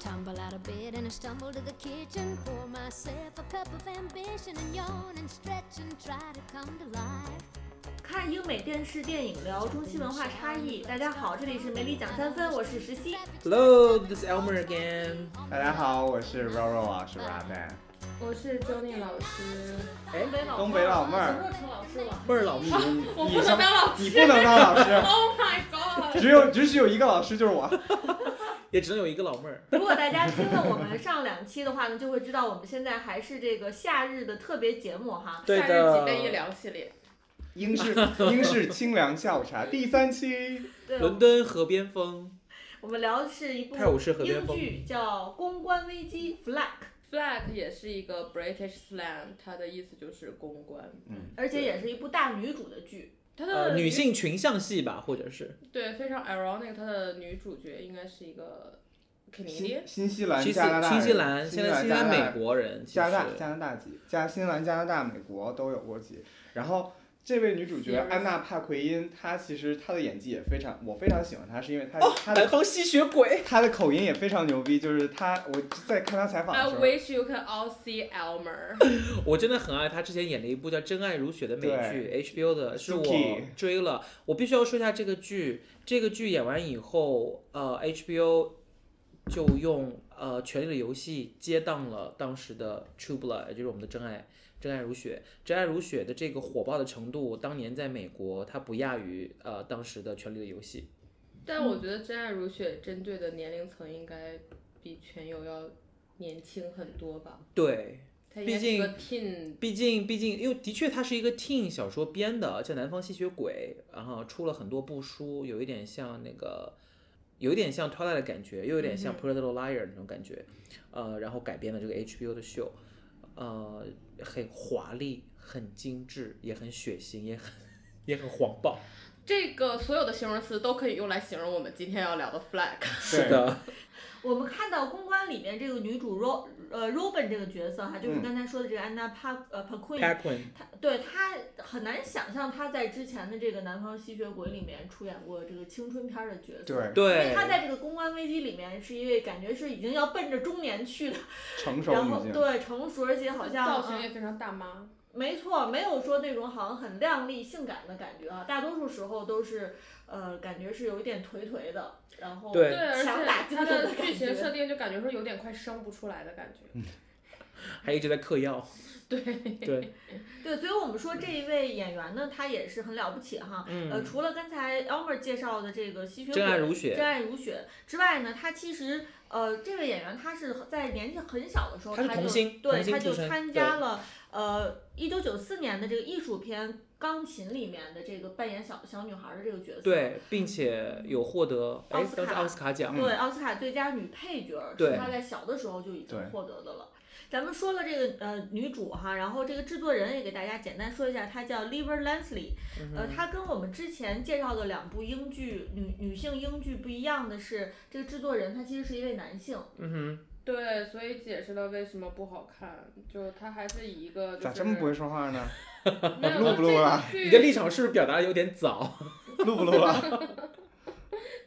Tumble out of bed and I stumble to the kitchen. Pour myself a cup of ambition and yawn and stretch and try to come to life. 看英美电视电影，聊中西文化差异。大家好，这里是梅里讲三分，我是石溪。 Hello, this is Elmer again。大家好，我是 Roro 老师 Ramen。我是周丽老师，哎，东北老妹儿，莫成老师了，倍儿老师，我你不上能当老师你不能当老师， ，Oh my god！只有只许有一个老师，就是我。也只能有一个老妹儿。如果大家听了我们上两期的话呢，就会知道我们现在还是这个夏日的特别节目哈。对夏日几的，杯一聊系列，英式英式清凉下午茶第三期，对，伦敦河边风，我们聊的是一部泰晤士河边嗯英风。剧，叫《公关危机》（Flag）， Flag 也是一个 British slang，它的意思就是公关。嗯而且也是一部大女主的剧。它的呃，女性群像戏吧，或者是对非常 ironic，它的女主角应该是一个肯尼迪新。新西兰、新西加拿大人、新西兰，现在新西加兰拿大美国人，其加拿大、实加拿大籍，加新西兰、加拿大、美国都有过籍。然后这位女主角 Serious 安娜帕奎因，她其实她的演技也非常，我非常喜欢她，是因为她、哦她南的方吸血鬼。她的口音也非常牛逼，就是她我在看她采访 I 的时候， wish you can all see Elmer。 我真的很爱她之前演了一部叫《真爱如雪》的美剧，HBO 的，是我 Suki 追了。我必须要说一下这个剧，这个剧演完以后，呃，HBO 就用呃《权力的游戏》接档了当时的《True Blood》，也就是我们的《真爱》。真爱如雪，真爱如雪的这个火爆的程度，当年在美国它不亚于呃当时的《权力的游戏》。但我觉得《真爱如雪》针对的年龄层应该比全友要年轻很多吧？对，它应该是个 teen，毕竟，毕竟，因为的确它是一个 teen 小说编的，叫《南方吸血鬼》，然后出了很多部书，有一点像那个，有一点像 Twilight 的感觉，又有嗯点像 Pretty Little Liar 那种感觉，呃，然后改编了这个 HBO 的秀，呃，很华丽，很精致，也很血腥，也很也很黄暴，这个所有的形容词都可以用来形容我们今天要聊的 flag。是的，我们看到公关里面这个女主 Ro 呃 Robin 这个角色哈，就是嗯刚才说的这个安娜帕呃 Paquin p a q u i n 他对他很难想象他在之前的这个《南方吸血鬼》里面出演过这个青春片儿的角色。对因为对，他在这个公关危机里面是一位感觉是已经要奔着中年去的，成熟然后女性，对成熟，而且好像造型嗯也非常大妈，没错，没有说那种好像很靓丽、性感的感觉啊，大多数时候都是呃感觉是有一点颓颓的，然后对而强打且精它神的的剧感情设觉。定就感觉说有点快生不出来的感觉。还一直在嗑药，对，对，对，所以我们说这一位演员呢，他也是很了不起哈。呃，嗯，除了刚才 Elmer 介绍的这个吸血鬼真爱如雪真爱如雪之外呢，他其实呃，这位演员他是在年纪很小的时候，他他是童星就对童星他就出身参加了呃一九九四年的这个艺术片《钢琴》里面的这个扮演小小女孩的这个角色，对，并且有获得哎奥斯卡当时奥斯卡奖，对奥斯卡最佳女配角儿对是她在小的时候就已经对获得的了。咱们说了这个呃女主哈，然后这个制作人也给大家简单说一下，她叫 Liver Lansley，、呃，她跟我们之前介绍的两部英剧女女性英剧不一样的是，这个制作人他其实是一位男性，嗯哼。对，所以解释了为什么不好看，就它还是以一个就是咋这么不会说话呢？没 有录不录啊？这个你剧的立场是不是表达的有点早？ 录不录了？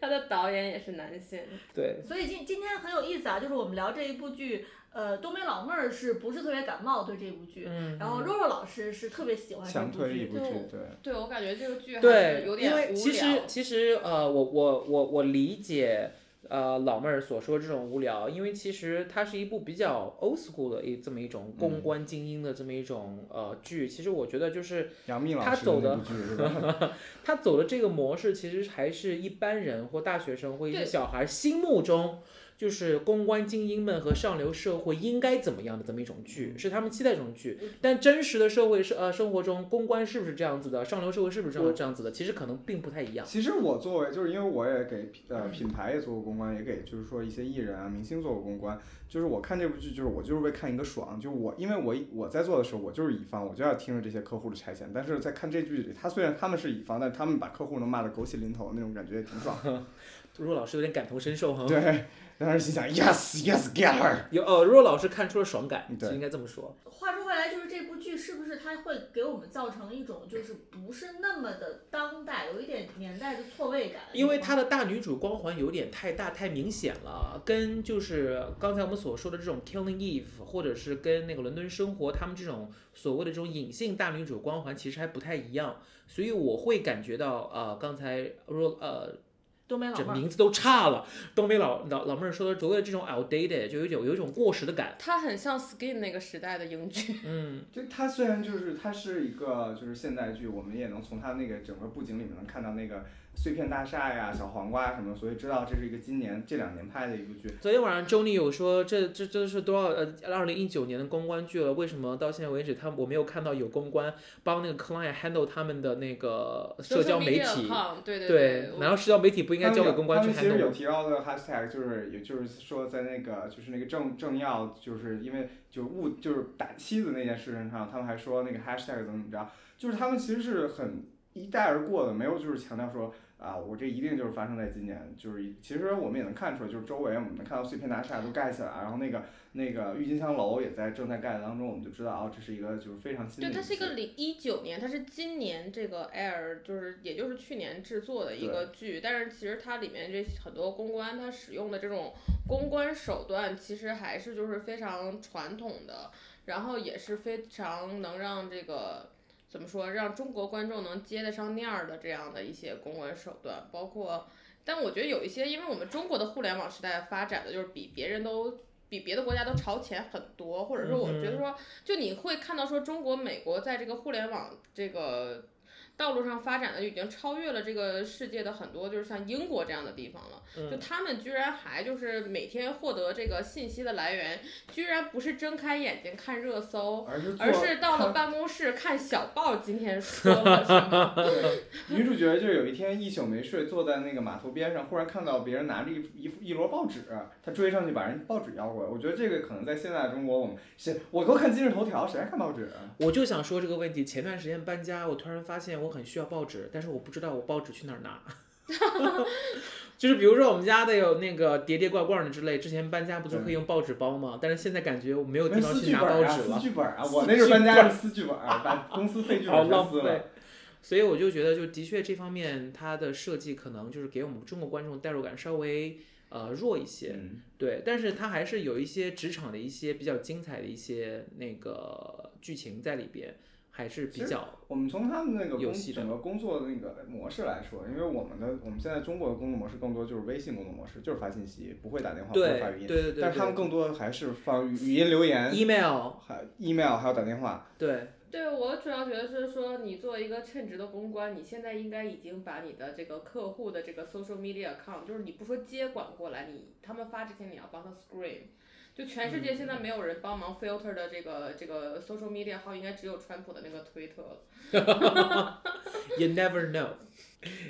它的导演也是男性，对，所以今今天很有意思啊，就是我们聊这一部剧，呃，东北老妹儿是不是特别感冒对这部剧？嗯然后肉肉老师是特别喜欢这想部推一剧，部剧，就对，对我感觉这个剧还对是，有因点为无其实聊。其实呃，我我我我理解呃老妹儿所说这种无聊，因为其实它是一部比较 old school 的一这么一种公关精英的这么一种、呃剧。其实我觉得就是杨幂老他师走那的部剧是吧？ 他走的这个模式，其实还是一般人或大学生或一些对小孩心目中。就是公关精英们和上流社会应该怎么样的这么一种剧，是他们期待这种剧。但真实的社会是呃生活中，公关是不是这样子的？上流社会是不是这样这样子的？其实可能并不太一样。其实我作为，就是因为我也给呃品牌也做过公关，也给就是说一些艺人啊、明星做过公关。就是我看这部剧，就是我就是为看一个爽，就我因为我我在做的时候，我就是乙方，我就要听着这些客户的差遣。但是在看这剧里，他虽然他们是乙方，但他们把客户能骂得狗血淋头，那种感觉也挺爽。 若老师有点感同身受哈。哦对，当时心想 yes yes get her。有呃，若老师看出了爽感，对就应该这么说。话说回来，就是这部剧是不是它它会给我们造成一种就是不是那么的当代，有一点年代的错位感。因为你懂吗她的大女主光环有点太大太明显了，跟就是刚才我们所说的这种《Killing Eve》，或者是跟那个《伦敦生活》他们这种所谓的这种隐性大女主光环，其实还不太一样。所以我会感觉到，呃，刚才若呃东北老这妹儿，名字都差了，东北老老老妹儿说的所谓的这种 outdated，就有一种有一种过时的感。它很像 Skin 那个时代的英剧，嗯，就它虽然就是它是一个就是现代剧，我们也能从它那个整个布景里面能看到那个碎片大厦呀、小黄瓜什么，所以知道这是一个今年这两年拍的一部剧。昨天晚上 Jony 有说，这这这是多少呃，二零一九年的公关剧了，为什么到现在为止他我没有看到有公关帮那个 client handle 他们的那个社交媒 Social media 体？ account，对对对，，难道社交媒体不应该交给公关他去们有他们其实 handle 有吗？提到的 hashtag 就是，也就是说在那个就是那个政政要就是因为就误就是打妻子那件事情上，他们还说那个 hashtag 怎么怎么着，就是他们其实是很一带而过的，没有就是强调说。啊，我这一定就是发生在今年，就是一其实我们也能看出来，就是周围我们能看到碎片大厦都盖起来，然后那个那个郁金香楼也在正在盖的当中，我们就知道哦，这是一个就是非常新的对，一它是一期个零一九年，它是今年这个 Air 就是也就是去年制作的一个剧，但是其实它里面这很多公关它使用的这种公关手段，其实还是就是非常传统的，然后也是非常能让这个。怎么说，让中国观众能接得上面儿的这样的一些公关手段，包括，但我觉得有一些，因为我们中国的互联网时代发展的就是比别人都比别的国家都超前很多，或者说我觉得说，就你会看到说中国、美国在这个互联网这个道路上发展的已经超越了这个世界的很多，就是像英国这样的地方了。就嗯他们居然还就是每天获得这个信息的来源，居然不是睁开眼睛看热搜。而是而做是到看了办公室看小报，今天说了什么？对，女主角就有一天一宿没睡，坐在那个码头边上，忽然看到别人拿着一一一摞报纸，她追上去把人报纸要过来。我觉得这个可能在现在的中国，我们谁我都看今日头条，谁还看报纸啊？我就想说这个问题。前段时间搬家，我突然发现我很需要报纸，但是我不知道我报纸去哪儿拿。 就是比如说我们家的有那个叠叠罐罐的之类，之前搬家不是可以用报纸包吗？但是现在感觉我没有地那方撕去剧拿本报啊，纸了撕。剧本啊！我撕那时候剧搬家本是撕剧本儿，把公司废剧好本全浪撕了嗯费。。所以我就觉得，就的确这方面它的设计可能就是给我们中国观众代入感稍微呃弱一些，嗯，对，但是它还是有一些职场的一些比较精彩的一些那个剧情在里边，还是比较我们从他们那个有工戏的整个工作的那个模式来说，因为我们的我们现在中国的工作模式更多就是微信工作模式，就是发信息，不会打电话，不对会发语对音。对对，但是他们更多的还是放语语音留言， email 还 email 还有打电话。对对我主要觉得是说，你作为一个称职的公关，你现在应该已经把你的这个客户的这个 social media account，就是你不说接管过来，你他们发之前你要帮他 screen。就全世界现在没有人帮忙 filter 的这个、这个 social media 号，应该只有川普的那个推特了。 ，you never know，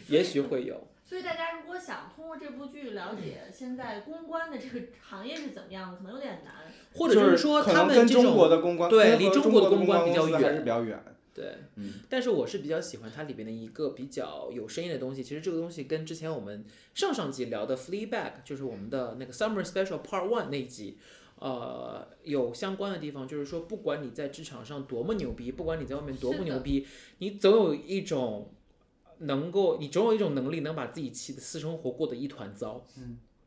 也许会有。所以大家如果想通过这部剧了解现在公关的这个行业是怎么样的，可能有点难。或者就是说，可他能们跟这中国种的公关对跟离和中中国国的的公关关比较公司还远是比较远。对，嗯，但是我是比较喜欢它里边的一个比较有深意的东西。其实这个东西跟之前我们上上集聊的《Fleabag》，就是我们的那个 Summer Special Part One 那一集，呃，有相关的地方，就是说，不管你在职场上多么牛逼，不管你在外面多么是的牛逼，你总有一种能够，你总有一种能力能把自己气的私生活过得一团糟。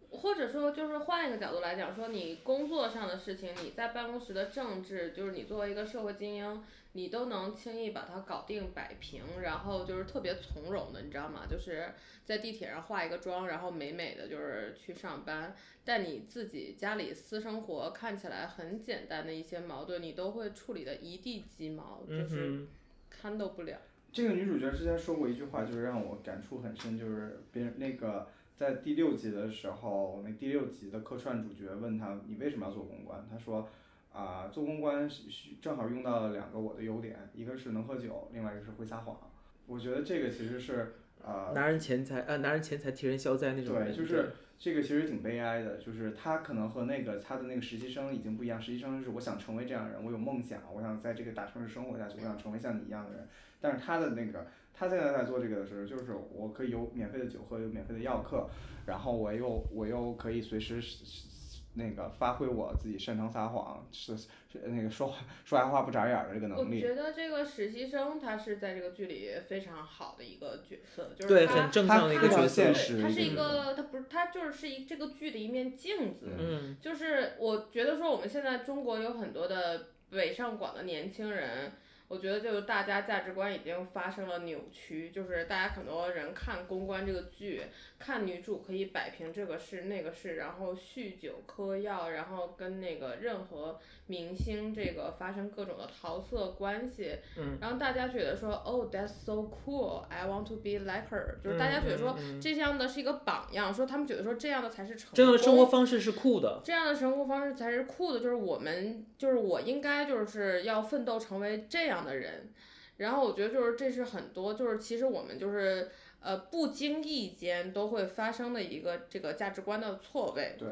或者说，就是换一个角度来讲，说你工作上的事情，你在办公室的政治，就是你作为一个社会精英，你都能轻易把它搞定摆平，然后就是特别从容的，你知道吗？就是在地铁上化一个妆，然后美美的就是去上班。但你自己家里私生活看起来很简单的一些矛盾，你都会处理的一地鸡毛，就嗯是哼， handle 不了。这个女主角之前说过一句话，就是让我感触很深，就是别人那个在第六集的时候，那第六集的客串主角问她你为什么要做公关？她说啊、做公关是是正好用到了两个我的优点，一个是能喝酒，另外一个是会撒谎。我觉得这个其实是呃拿人钱财，呃，拿人钱财替人消灾那种对人，就是这个其实挺悲哀的，就是他可能和那个他的那个实习生已经不一样，实习生是我想成为这样的人，我有梦想，我想在这个大城市生活下去，我想成为像你一样的人。但是他的那个他现在在做这个的时候，就是我可以有免费的酒喝，有免费的药课，然后我又我又可以随时那个发挥我自己擅长撒谎，是是那个说话说瞎话不眨眼儿的这个我能力。觉得这个实习生他是在这个剧里非常好的一个角色，就是对，他很正他向的一他个非常角色现。对实他是一一个个，他不是他就是一这个剧的一面镜子。嗯，就是我觉得说我们现在中国有很多的北上广的年轻人，我觉得就是大家价值观已经发生了扭曲，就是大家很多人看《公关》这个剧，看女主可以摆平这个事那个事，然后酗酒嗑药，然后跟那个任何明星这个发生各种的桃色关系，嗯，然后大家觉得说，Oh that's so cool, I want to be like her，就是大家觉得说嗯嗯嗯这样的是一个榜样，说他们觉得说这样的才是成功，这样的生活方式是酷的。这样的生活方式才是酷的，就是我们，就是我应该就是要奋斗成为这样的人。然后我觉得就是这是很多，就是其实我们就是呃不经意间都会发生的一个这个价值观的错位，对，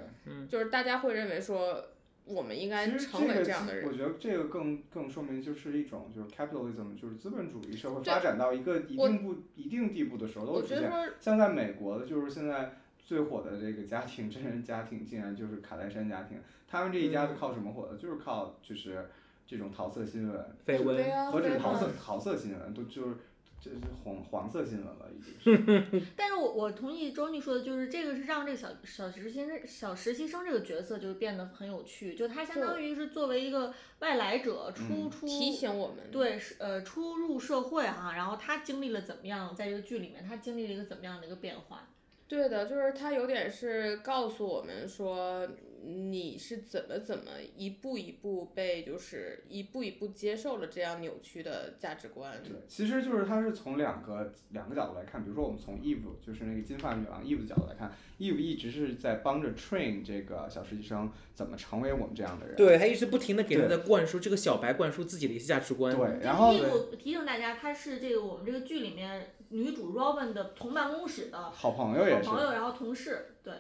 就是大家会认为说我们应该其实成为个这样的其人我。觉得这个更更说明就是一种就是 capitalism，就是资本主义社会对发展到一个一我定不一定地步的时候都我会出觉得现。说像在美国的，就是现在最火的这个家庭真人家庭，竟然就是卡戴珊家庭。他们这一家子靠什么火的？就是靠就是这种桃色新闻，绯对闻，呀，何止非桃常色桃色新闻，都就是这是黄黄色新闻了，已经是。但是我我同意周妮说的，就是这个是让这个小小实习生小实习生这个角色就是变得很有趣，就他相当于是作为一个外来者出嗯出提醒我们，对，是呃，初入社会哈、然后他经历了怎么样，在这个剧里面，他经历了一个怎么样的一个变化？对的，就是他有点是告诉我们说，你是怎么怎么一步一步被就是一步一步接受了这样扭曲的价值观。对，其实就是它是从两个两个角度来看，比如说我们从 Eve 就是那个金发女郎 Eve 的角度来看，Eve 一直是在帮着 train 这个小实习生怎么成为我们这样的人。对，他一直不停的给他对在灌输这个小白灌输自己的一些价值观。对，然这后个义务提醒大家，他是这个我们这个剧里面女主 Robin 的同办公室的好好朋友也是。朋友，然后同事，对，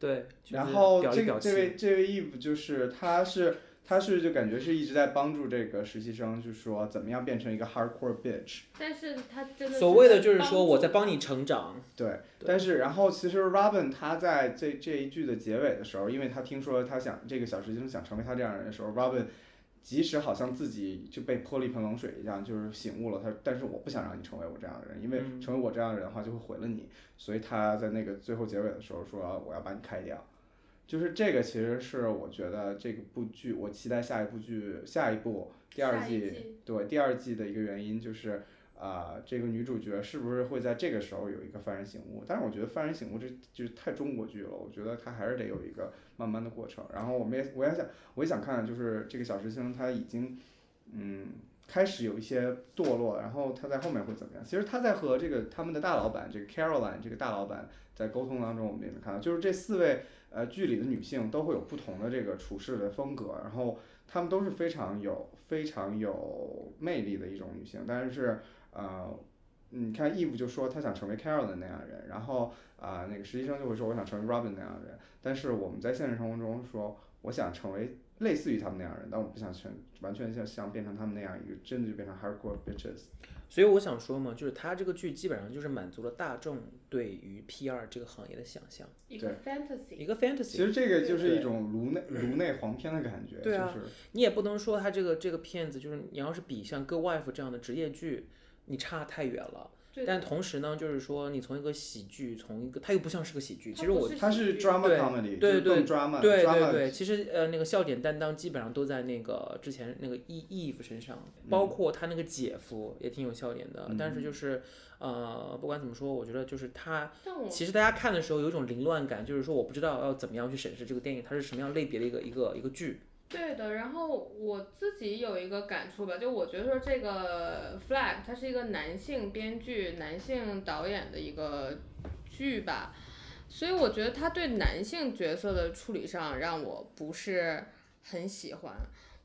对，就是然后表这里个表这位气。这位 Eve 就是他是他是就感觉是一直在帮助这个实习生，就说怎么样变成一个 hardcore bitch。但是他真的所谓的就是帮说我在助帮你成长，对，对但是然后其实 Robin 他在这这一句的结尾的时候，因为他听说他想这个小实习生想成为他这样的人的时候，Robin 即使好像自己就被泼了一盆冷水一样，就是醒悟了，他但是我不想让你成为我这样的人，因为嗯成为我这样的人的话就会毁了你，所以他在那个最后结尾的时候说我要把你开掉。就是这个，其实是我觉得这个部剧，我期待下一部剧下一部第二下一季季对第二季的一个原因就是，啊，这个女主角是不是会在这个时候有一个幡然醒悟？但是我觉得幡然醒悟这就是太中国剧了，我觉得它还是得有一个慢慢的过程。然后我们也我也想我也想看，就是这个小时星他已经嗯开始有一些堕落，然后他在后面会怎么样？其实他在和这个他们的大老板这个 Caroline 这个大老板在沟通当中，我们也能看到，就是这四位呃剧里的女性都会有不同的这个处事的风格，然后她们都是非常有非常有魅力的一种女性，但是呃。你看，Eve 就说她想成为 Caroline 那样的人，然后啊、呃那个实习生就会说我想成为 Robin 那样的人。但是我们在现实生活中说，我想成为类似于他们那样的人，但我不想全完全像像变成他们那样一个，真的就变成 hardcore bitches。所以我想说嘛，就是他这个剧基本上就是满足了大众对于 PR 这个行业的想象，一个一 fantasy。个其 fantasy。实这个就是一对种颅内颅内黄片的感觉，对啊就是你也不能说他这个这个片子就是你要是比像《Good Wife》这样的职业剧，你差太远了。对但同时呢，就是说你从一个喜剧，从一个它又不像是个喜剧，其实我不它喜是剧 drama 对 comedy，对就是对更 drama 对 drama 对对，其实呃，那个笑点担当基本上都在那个之前那个 E Eve 身上，嗯包括他那个姐夫也挺有笑点的。但是就是呃，不管怎么说，我觉得就是他但我其实大家看的时候有一种凌乱感，就是说我不知道要怎么样去审视这个电影，它是什么样类别的一个一个一个剧。对的，然后我自己有一个感触吧，就我觉得说这个 Flag 它是一个男性编剧、男性导演的一个剧吧，所以我觉得他对男性角色的处理上让我不是很喜欢。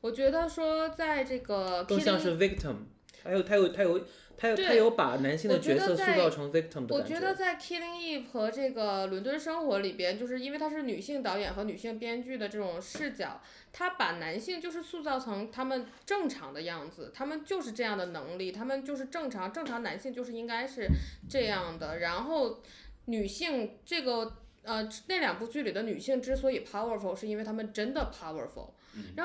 我觉得说在这个更像呃 Killing 是 victim，还有他有他有他有他对有把男性的我觉角得色塑在造成 victim 的我感觉得在《Killing Eve》和这个《伦敦生活》里边，就是因为它是女性导演和女性编剧的这种视角，它把男性就是塑造成他们正常的样子，他们就是这样的能力，他们就是正常，正常男性就是应该是这样的，然后女性这个。呃，那两部剧里的女性之所以 powerful，是因为她们真的 powerful。然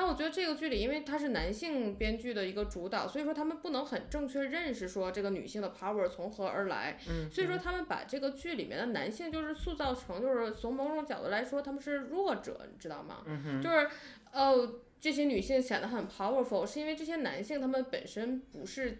嗯后我觉得这个剧里，因为它是男性编剧的一个主导，所以说他们不能很正确认识说这个女性的 power 从何而来。嗯所以说他们把这个剧里面的男性就是塑造成就是从某种角度来说他们是弱者，你知道吗？嗯就是呃这些女性显得很 powerful，是因为这些男性他们本身不是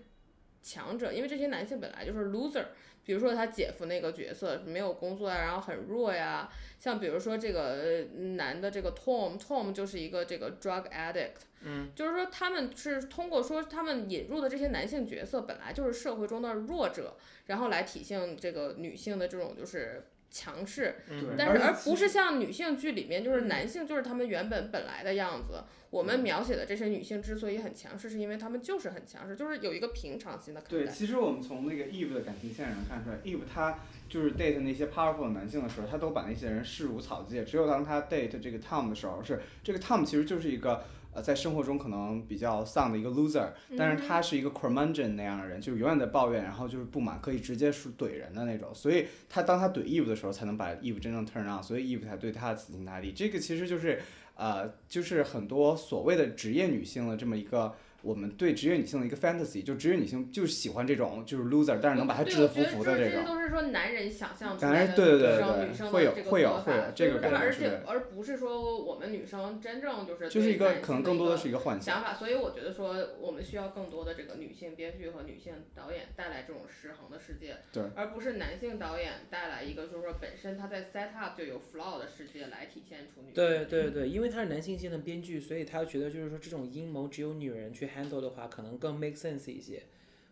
强者，因为这些男性本来就是 loser。比如说他姐夫那个角色没有工作呀，然后很弱呀。像比如说这个呃男的这个 Tom，Tom 就是一个这个 drug addict。嗯，就是说他们是通过说他们引入的这些男性角色本来就是社会中的弱者，然后来体现这个女性的这种就是强势。嗯对，但是而且嗯不是像女性剧里面，就是男性就是他们原本本来的样子。我们描写的这些女性之所以很强势，是因为她们就是很强势，就是有一个平常心的看对，待。其实我们从那个 Eve 的感情线上看出来，Eve 她就是 date 那些 powerful 的男性的时候，她都把那些人视如草芥。只有当她 date 这个 Tom 的时候，是这个 Tom 其实就是一个呃在生活中可能比较丧的一个 loser，但是他是一个 curmudgeon 那样的人，就是永远在抱怨，然后就是不满，可以直接说怼人的那种。所以他当他怼 Eve 的时候，才能把 Eve 真正 turn on，所以 Eve 才对他死心塌地。这个其实就是呃，就是很多所谓的职业女性的这么一个。我们对职业女性的一个 fantasy，就职业女性就是喜欢这种就是 loser，但是能把她对制得服服的我觉得这这些种。都是说男人想象出男来人的对对女对生对女生会的有这个会有做法会有这个所以说感觉而是且而不是说我们女生真正就是就是对一个男性可能更一多的个是一个幻想，想法，所以我觉得说我们需要更多的这个女性编剧和女性导演带来这种失衡的世界，对而不是男性导演带来一个就是说本身他在 set up 就有 flaw 的世界来体现出女性。嗯对对对，因为他是男性性的编剧，所以他觉得就是说这种阴谋只有女人去 handle 的话，可能更 make sense 一些。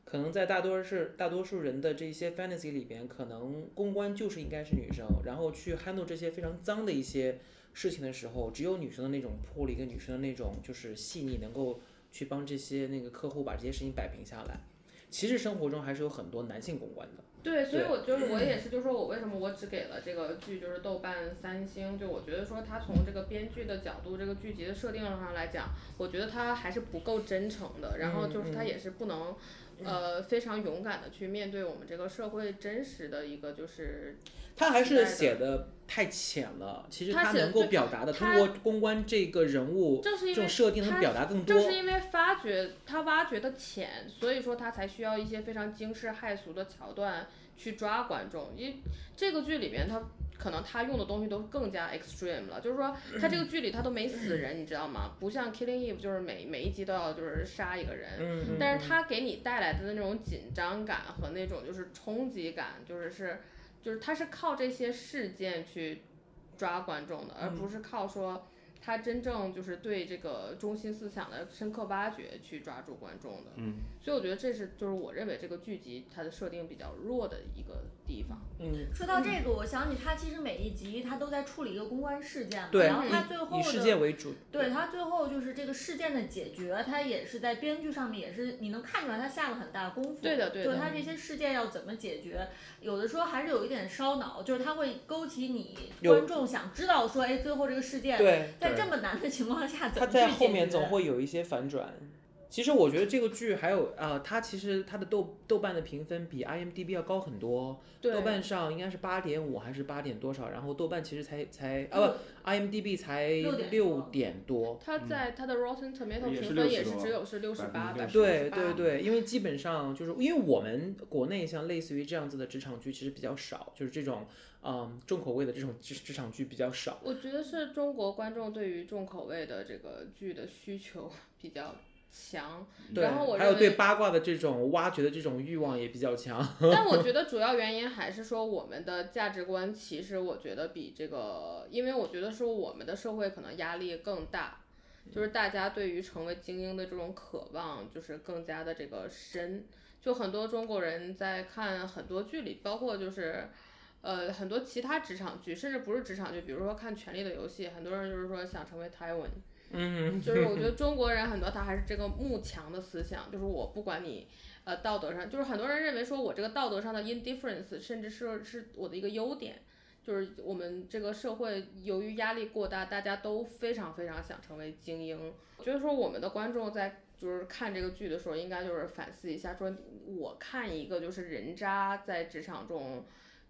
可能在大多是大多数人的这些 fantasy 里边，可能公关就是应该是女生，然后去 handle 这些非常脏的一些事情的时候，只有女生的那种魄力跟女生的那种就是细腻，能够去帮这些那个客户把这些事情摆平下来。其实生活中还是有很多男性公关的，对，所以对我就是我也是，就是说我为什么我只给了这个剧就是豆瓣三星，就我觉得说它从这个编剧的角度，这个剧集的设定上来讲，我觉得它还是不够真诚的，然后就是它也是不能。呃，非常勇敢的去面对我们这个社会真实的一个就是他还时代是的写的太浅了。其实他他写能够对表达的，通他过公关这个人物，正是因这为种设定能他表达更多正。是因为发掘他挖掘的浅，所以说他才需要一些非常惊世骇俗的桥段去抓观众。因为这个剧里面他可能他用的东西都更加 extreme 了，就是说他这个剧里他都没死人，你知道吗？不像 Killing Eve 就是每每一集都要就是杀一个人，嗯嗯但是它给你带来的那种紧张感和那种就是冲击感，就是是就是它是靠这些事件去抓观众的，而不是靠说它真正就是对这个中心思想的深刻挖掘去抓住观众的。嗯，所以我觉得这是就是我认为这个剧集它的设定比较弱的一个地方。嗯，说到这个，我想起他其实每一集他都在处理一个公关事件嘛，对，然后他以最后以世界的。为主，对他最后就是这个事件的解决，他也是在编剧上面也是你能看出来他下了很大的功夫。对的对就的他这些事件要怎么解决，有的时候还是有一点烧脑，就是他会勾起你有观众想知道说，哎，最后这个事件对，在对这么难的情况下怎他么在去后解面决总会有一些反转。其实我觉得这个剧还有啊、它其实它的豆豆瓣的评分比 IMDB 要高很多，对豆瓣上应该是八点五还是八点多少，然后豆瓣其实才才啊不，IMDB 才 6.多六点多，它在它的 Rotten Tomato 也是评分60也是多只有是六十八， 68%对68%对对，因为基本上就是因为我们国内像类似于这样子的职场剧其实比较少，就是这种嗯重口味的这种职职场剧比较少。我觉得是中国观众对于重口味的这个剧的需求 比较强，嗯对，然后我还有认为对八卦的这种挖掘的这种欲望也比较强。但我觉得主要原因还是说我们的价值观，其实我觉得比这个，因为我觉得说我们的社会可能压力更大，就是大家对于成为精英的这种渴望，就是更加的这个深。就很多中国人在看很多剧里，包括就是。呃，很多其他职场剧，甚至不是职场剧，比如说看《权力的游戏》，很多人就是说想成为 Tywin，嗯，就是我觉得中国人很多他还是这个慕强的思想，就是我不管你呃道德上，就是很多人认为说我这个道德上的 indifference，甚至是是我的一个优点。就是我们这个社会由于压力过大，大家都非常非常想成为精英。我觉得说我们的观众在就是看这个剧的时候，应该就是反思一下，说我看一个就是人渣在职场中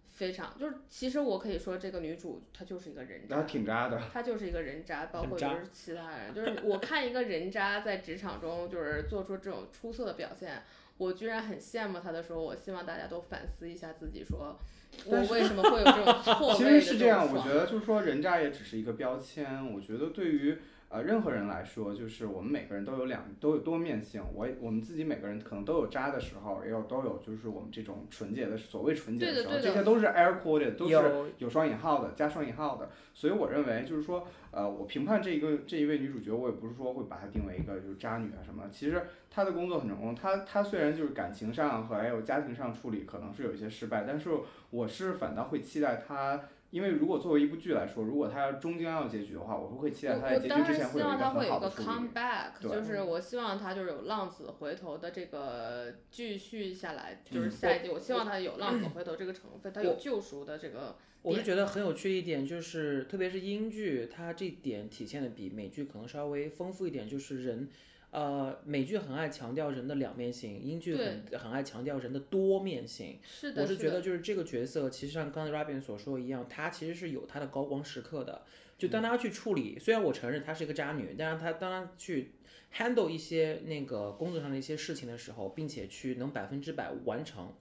非常就是，其实我可以说这个女主她就是一个人那还渣，挺渣的。她就是一个人渣，包很括就渣是其他人，就是我看一个人渣在职场中就是做出这种出色的表现，我居然很羡慕她的时候，我希望大家都反思一下自己说，我但是为什么会有 这种错位的其实是这这种样，我爽觉得就是说，人渣也只是一个标签。我觉得对于呃任何人来说，就是我们每个人都有两都有多面性。我我们自己每个人可能都有渣的时候，也有都有就是我们这种纯洁的所谓纯洁对时的候，对这的些都是 air quoted，都是有有双引号的加双引号的。所以我认为就是说，呃，我评判这一个这一位女主角，我也不是说会把她定为一个就是渣女啊什么的。其实她的工作很成功，她她虽然就是感情上和还有家庭上处理可能是有一些失败，但是我是反倒会期待她，因为如果作为一部剧来说，如果她要终将要结局的话，我会会期待她我在我结当局之然前希有一望个他会很有好个的处理。 comeback，对就是我希望他就是有浪子回头的这个继续下来，就是嗯下一季，我希望他有浪子回头这个成分，他有救赎的这个，我是觉得很有趣的一点就是，特别是英剧，它这点体现的比美剧可能稍微丰富一点，就是人，呃，美剧很爱强调人的两面性，英剧很很爱强调人的多面性。是的，我是觉的得就是这个角色，其实像刚才 Robin 所说一样，她其实是有她的高光时刻的。就嗯当她去处理，虽然我承认她是一个渣女，但是她当她去 handle 一些那个工作上的一些事情的时候，并且去能百分之百完成。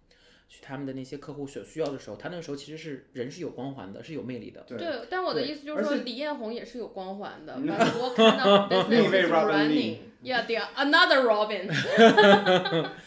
去他们的那些客户所需要的时候，她那个时候其实是人是有光环的，是有魅力的。对，但我的意思就是而说，且李彦宏也是有光 环的。嗯把我 看到另一 business 位 is Robin running。Yeah, the another Robin。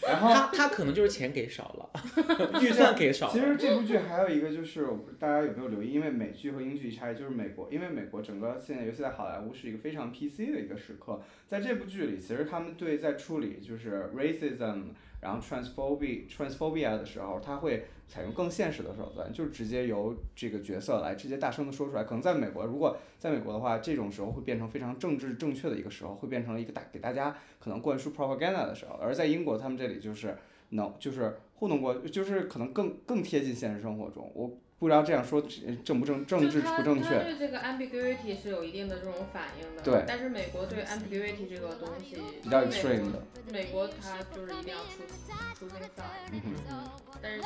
然后她她可能就是钱给少了， 预算给少其了。实这部剧还有一个就是，我不大家有没有留意？因为美剧和英剧差异就是美国，因为美国整个现在尤其在好莱坞是一个非常 PC 的一个时刻，在这部剧里，其实他们对在处理就是 racism，然后 transphobia transphobia 的时候，他会采用更现实的手段，就是直接由这个角色来直接大声的说出来。可能在美国，如果在美国的话，这种时候会变成非常政治正确的一个时候，会变成了一个大给大家可能灌输 propaganda 的时候，而在英国他们这里就是。能、就是糊弄过，就是可能更更贴近现实生活中。我不知道这样说正不正 政治不正他确，对这个 ambiguity 是有一定的这种反应的。对但是美国对 ambiguity 这个东西比较美国 extreme 的。美国它就是一定要出出这个 sign，嗯哼，但是英